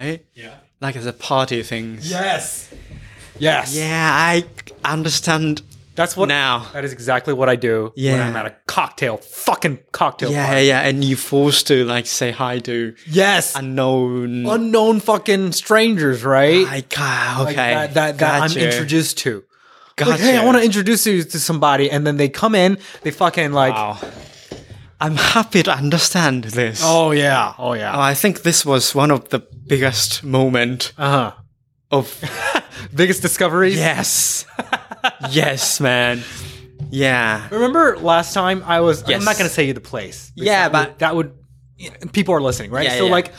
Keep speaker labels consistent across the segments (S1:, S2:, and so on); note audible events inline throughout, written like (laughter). S1: right?
S2: Yeah.
S1: Eh? Like the party things.
S2: Yes. Yes.
S1: Yeah, I understand.
S2: That's what
S1: Now.
S2: That is exactly what I do when
S1: Yeah.
S2: I'm at a cocktail, fucking cocktail
S1: Yeah,
S2: party.
S1: yeah, and you forced to like say hi to
S2: Yes.
S1: unknown.
S2: Unknown fucking strangers, right?
S1: I ca-
S2: Like,
S1: okay.
S2: that that, that
S1: Gotcha.
S2: I'm introduced to.
S1: Gotcha.
S2: Like, hey, I want to introduce you to somebody, and then they come in, they fucking like,
S1: Wow. I'm happy to understand this.
S2: oh yeah, oh yeah,
S1: I think this was one of the biggest moment
S2: uh (laughs)
S1: of
S2: huh. Biggest discoveries.
S1: yes, yes, man, yeah.
S2: Remember last time I was? I'm
S1: Yes.
S2: not gonna say you the place. because
S1: Yeah,
S2: that
S1: but-
S2: would, that would you know, people are listening, right?
S1: Yeah,
S2: so
S1: yeah.
S2: like,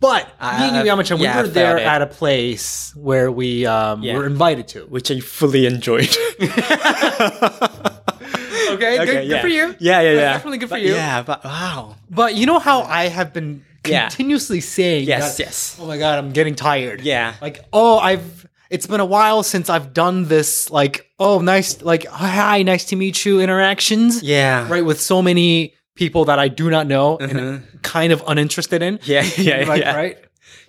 S2: but me and
S1: I-
S2: you, Yamachan,
S1: yeah, I
S2: we were there
S1: felt it.
S2: at a place where we um,
S1: Yeah.
S2: were invited
S1: (laughs)
S2: to.
S1: Which I fully enjoyed.
S2: Okay, good,
S1: yeah.
S2: good for you.
S1: Yeah, yeah,
S2: That's
S1: yeah.
S2: definitely good for
S1: But
S2: you.
S1: Yeah, but wow.
S2: But you know how I have been
S1: Yeah.
S2: continuously saying,
S1: Yes,
S2: that,
S1: yes.
S2: Oh my god, I'm getting tired.
S1: Yeah.
S2: Like, oh, I've. It's been a while since I've done this. Like, oh, nice. Like, hi, nice to meet you. Interactions.
S1: Yeah.
S2: right with so many people that I do not know and kind of uninterested in.
S1: Yeah, Uh-huh. (laughs) yeah,
S2: like,
S1: yeah.
S2: right.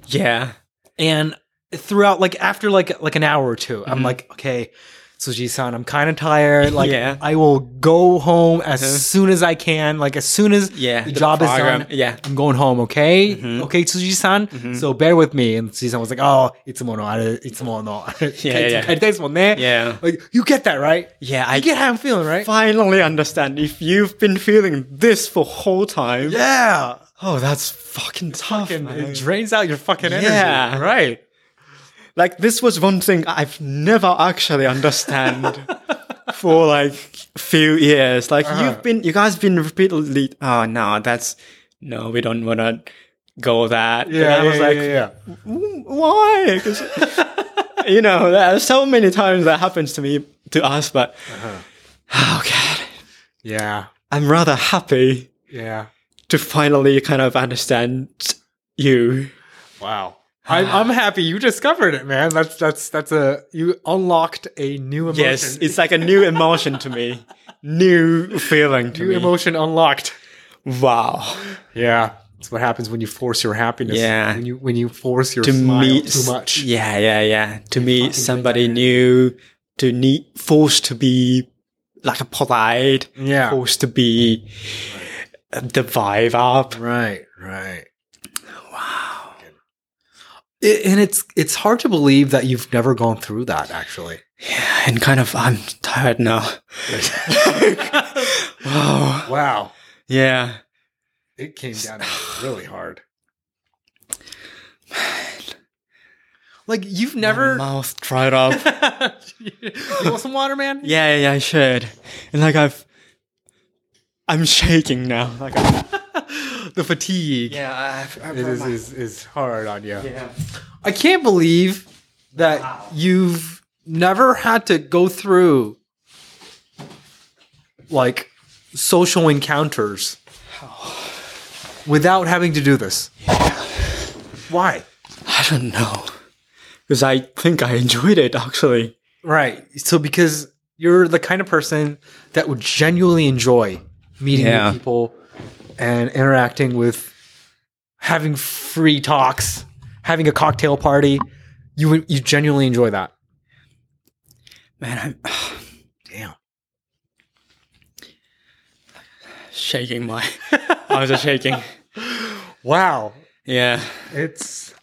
S1: Yeah.
S2: And throughout, like after like like an hour or 2
S1: Mm-hmm.
S2: i I'm like, okay, Suji-san, I'm kind of tired. Like,
S1: Yeah. Uh-huh.
S2: I will go home as soon as I can. Like, as soon as
S1: Yeah,
S2: the,
S1: the
S2: job
S1: program,
S2: is done,
S1: yeah. Mm-hmm.
S2: I'm going home. Okay, okay, Suji-san. So bear with me. And Suji-san was like, oh, it's mono, it's mono.
S1: Yeah,
S2: (laughs)
S1: yeah. Yeah.
S2: Like, you get that right?
S1: Yeah,
S2: I
S1: I-
S2: get how I'm feeling, right?
S1: Finally understand if you've been feeling this for whole time.
S2: Yeah.
S1: Oh, that's fucking tough.
S2: fucking-
S1: man.
S2: it drains out your fucking energy.
S1: Yeah.
S2: right.
S1: like this was one thing I've never actually (laughs) understand for like few years. Like you've been, you guys been repeatedly. Oh no, that's no, we don't want to go that. And I was like, "Mm, why? 'Cause, you know, there are so many times that happens to me to us, but (sighs) oh god,
S2: yeah,
S1: I'm rather happy
S2: yeah.
S1: to finally kind of understand you.
S2: Wow. I'm I'm happy you discovered it, man. That's that's that's a you unlocked a new emotion.
S1: Yes, it's like a new emotion to me, new feeling to
S2: new
S1: me.
S2: emotion unlocked.
S1: wow.
S2: Yeah, that's what happens when you force your happiness.
S1: Yeah.
S2: when you when you force your
S1: to
S2: smile
S1: meet
S2: too much.
S1: Yeah, yeah, yeah. To meet somebody new, to need forced to be like a polite,
S2: Yeah.
S1: forced to be uh, the vibe up.
S2: Right, right. Wow. and it's it's hard to believe that you've never gone through that. Actually,
S1: And kind of, I'm tired now. (sighs) wow.
S2: (laughs) wow.
S1: Yeah.
S2: It came down (sighs) really hard. Like you've
S1: My
S2: never
S1: mouth dried up.
S2: (laughs) you want some water, man?
S1: yeah, yeah, yeah, I should. And like I've, I'm shaking now. Like i
S2: The fatigue
S1: yeah, I've, I've
S2: is, is is hard on you.
S1: yeah.
S2: I can't believe that you've never had to go through like social (sighs) encounters without having to do this. Why?
S1: I don't know, because I think I enjoyed it actually.
S2: Right. So because you're the kind of person that would genuinely enjoy meeting
S1: Yeah.
S2: new people and interacting with having free talks, having a cocktail party. You would- you genuinely enjoy that.
S1: Man, I'm (sighs)
S2: Damn.
S1: shaking my. (laughs) I was just shaking.
S2: Wow.
S1: Yeah.
S2: It's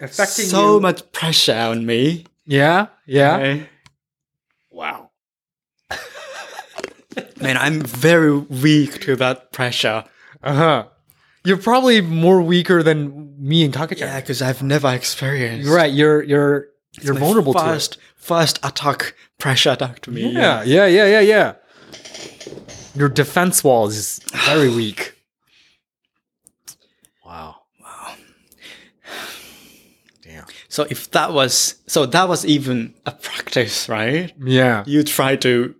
S2: affecting
S1: so
S2: you.
S1: much pressure on me.
S2: Yeah. Yeah.
S1: Okay?
S2: Wow.
S1: Man, I'm very weak to that pressure.
S2: Uh-huh. You're probably more weaker than me and Kakachan.
S1: Yeah, because I've never experienced.
S2: You're right. You're you're you're
S1: My
S2: vulnerable to it.
S1: first, First attack, pressure attack to me.
S2: Yeah, yeah, yeah, yeah, yeah. Your defense wall is
S1: (sighs)
S2: very weak. Wow. Wow. Damn.
S1: So if that was, so that was even a practice, right?
S2: Yeah.
S1: You try to,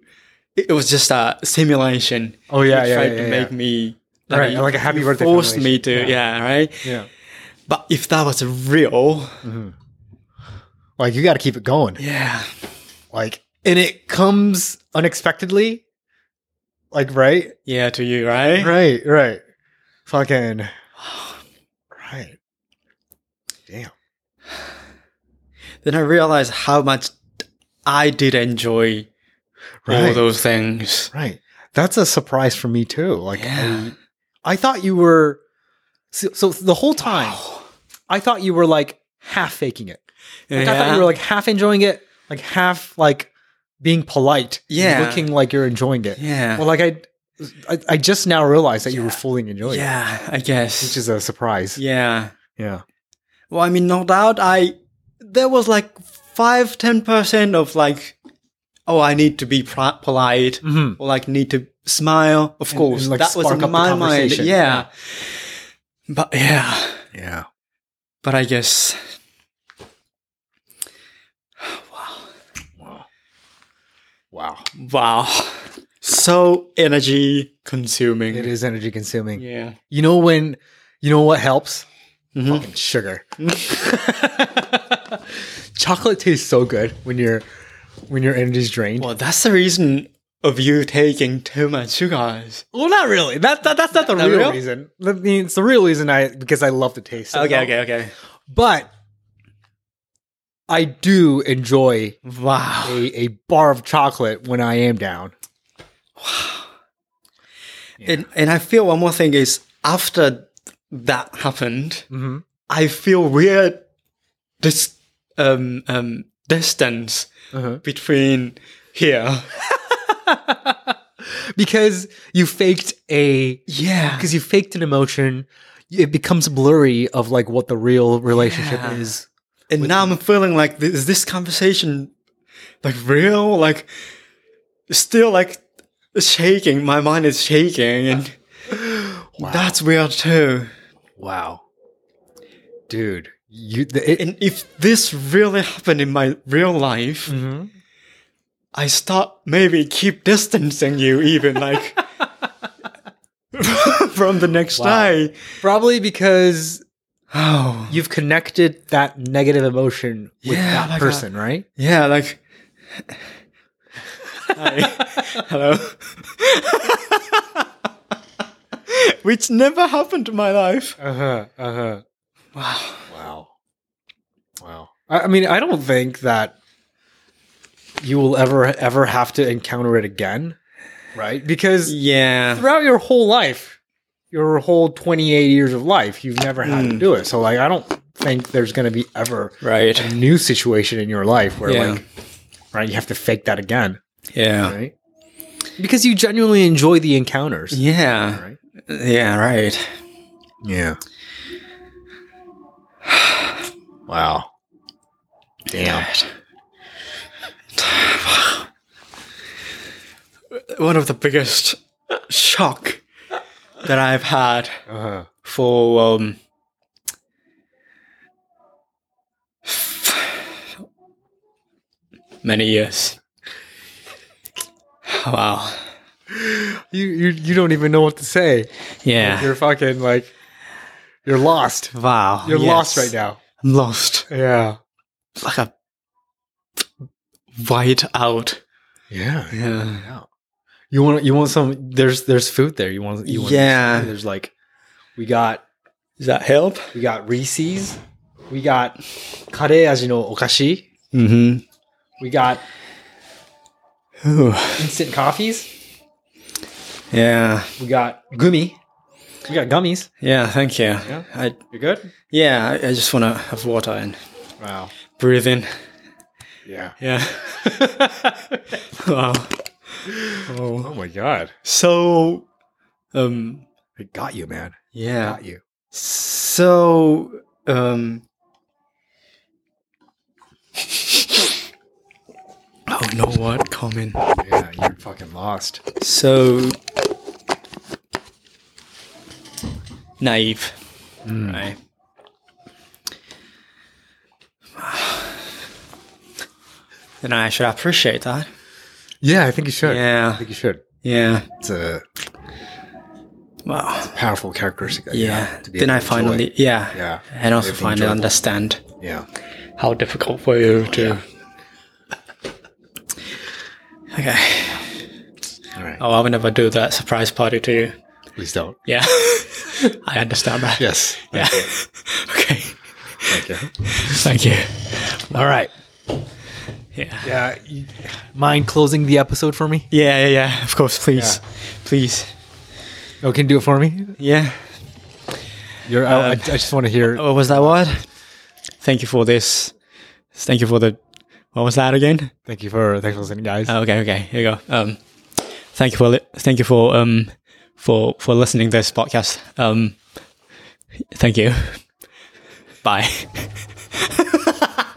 S1: it it was just a simulation.
S2: Oh, yeah,
S1: you
S2: yeah,
S1: tried
S2: yeah,
S1: to
S2: yeah.
S1: make me.
S2: Right, like a happy
S1: you
S2: birthday
S1: Forced
S2: formulation.
S1: me to, yeah, right?
S2: Yeah.
S1: But if that was real,
S2: Like you got to keep it going.
S1: yeah.
S2: Like, and it comes unexpectedly. Like, right,
S1: Yeah, to you, right?
S2: right, (sighs) right. Fucking. Right. Damn.
S1: then I realized how much I did enjoy all
S2: Right.
S1: those things.
S2: Right. That's a surprise for me too. Like oh,
S1: Yeah.
S2: I, I thought you were so, so the whole time I thought you were like half faking it. Like I thought you were like half enjoying it, like half like being polite, and
S1: Yeah.
S2: looking like you're enjoying it.
S1: yeah.
S2: Well, like I, I, I just now realized that you were fully enjoying it,
S1: yeah, I guess.
S2: which is a surprise.
S1: yeah.
S2: Yeah.
S1: Well, I mean, no doubt, I there was like five, ten percent of like, oh, I need to be pri polite,
S2: Mhm.
S1: or like need to smile. Of
S2: And-
S1: course,
S2: and, like,
S1: that was
S2: spark
S1: in
S2: up the
S1: my mind.
S2: conversation.
S1: yeah. But yeah,
S2: Yeah.
S1: but I guess.
S2: Wow.
S1: Wow. So energy consuming.
S2: It is energy consuming.
S1: Yeah.
S2: You know when, you know what helps?
S1: Mhm.
S2: Fucking sugar. (laughs) Chocolate tastes so good when you're when your energy's drained.
S1: Well, that's the reason of you taking too much sugars.
S2: Well, not really. That, that that's not the
S1: Not
S2: real,
S1: real?
S2: reason. I mean, it's the real reason I because I love the taste. of it.
S1: okay.
S2: But I do enjoy a,
S1: Wow.
S2: a bar of chocolate when I am down.
S1: And and I feel one more thing is after that happened,
S2: Mm-hmm.
S1: I feel weird this um um distance
S2: Uh-huh.
S1: between here.
S2: Because you faked a
S1: Yeah.
S2: because you faked an emotion, it becomes blurry of like what the real relationship
S1: Yeah.
S2: is.
S1: And now I'm feeling like th- is this conversation like real? Like still like shaking. My mind is shaking and that's weird too.
S2: Wow, dude, you the, it,
S1: And if this really happened in my real life,
S2: Mhm.
S1: I start maybe keep distancing you even like (laughs) from the next
S2: Wow.
S1: day.
S2: probably because
S1: Oh
S2: you've connected that negative emotion with
S1: Yeah, oh
S2: that
S1: like
S2: person, right?
S1: yeah, like Hi. hello. (laughs) Which never happened in my life.
S2: Uh huh. Uh
S1: uh-huh.
S2: huh.
S1: Wow.
S2: Wow. Wow. I, I mean, I don't think that you will ever ever have to encounter it again, right? Because
S1: Yeah.
S2: throughout your whole life, your whole 28 years of life, you've never had to do it. So, like, I don't think there's going to be ever
S1: Right.
S2: a new situation in your life where,
S1: Yeah.
S2: like, right, you have to fake that again,
S1: Yeah.
S2: right? Because you genuinely enjoy the encounters.
S1: Yeah.
S2: Right.
S1: Yeah, right.
S2: Yeah. (sighs) wow. Damn.
S1: One of the biggest shock that I've had
S2: Uh-huh.
S1: for um many years. Wow.
S2: You, you you don't even know what to say.
S1: Yeah.
S2: You're fucking like you're lost.
S1: Wow.
S2: You're lost
S1: yes.
S2: right now.
S1: I'm lost.
S2: Yeah.
S1: Like a white out.
S2: Yeah.
S1: Yeah.
S2: Yeah. You want you want some there's there's food there. You want you want
S1: Yeah.
S2: There's like we got
S1: Does that help?
S2: we got Reese's. We got kare as you know okashi.
S1: Mm-hmm.
S2: We got
S1: Ooh.
S2: instant coffees.
S1: Yeah.
S2: We got gummy. We got gummies.
S1: Yeah, thank you.
S2: Yeah?
S1: I
S2: You're good?
S1: yeah, I, I just want to have water and
S2: Wow.
S1: breathe in.
S2: Yeah.
S1: Yeah. (laughs) wow. Oh.
S2: Oh my god.
S1: So, um,
S2: I got you, man.
S1: yeah.
S2: Got you.
S1: So, um. (laughs) Oh no! What comment?
S2: Yeah, you're fucking lost.
S1: So naive,
S2: Hmm.
S1: right? (sighs) And I should appreciate that.
S2: Yeah, I think you should. I
S1: Yeah,
S2: think you should.
S1: yeah.
S2: It's a
S1: Wow.
S2: powerful characteristic. that you
S1: Yeah.
S2: have to be
S1: Then
S2: able
S1: I
S2: to enjoy.
S1: finally, yeah.
S2: Yeah.
S1: And also
S2: If
S1: finally
S2: enjoyable.
S1: understand
S2: Yeah.
S1: how difficult for you to. (laughs) Okay.
S2: All right.
S1: Oh, I'll never do that surprise party to you.
S2: Please don't.
S1: Yeah. (laughs) I understand that.
S2: Yes.
S1: Yeah. (laughs) okay. (laughs)
S2: Thank you.
S1: Thank you.
S2: All right.
S1: Yeah.
S2: Yeah. you- Mind closing the episode for me?
S1: Yeah, yeah, yeah. Of course, please. Please.
S2: Oh, can you do it for me?
S1: Yeah.
S2: You're, I- I, I just want to hear.
S1: What was that word? Thank you for this. Thank you for the. What was that again?
S2: Thank you for thanks for listening, guys.
S1: Oh, okay, okay. Here you go. Um, thank you for li- thank you for um for for listening to this podcast. Um, (laughs) thank you. Bye.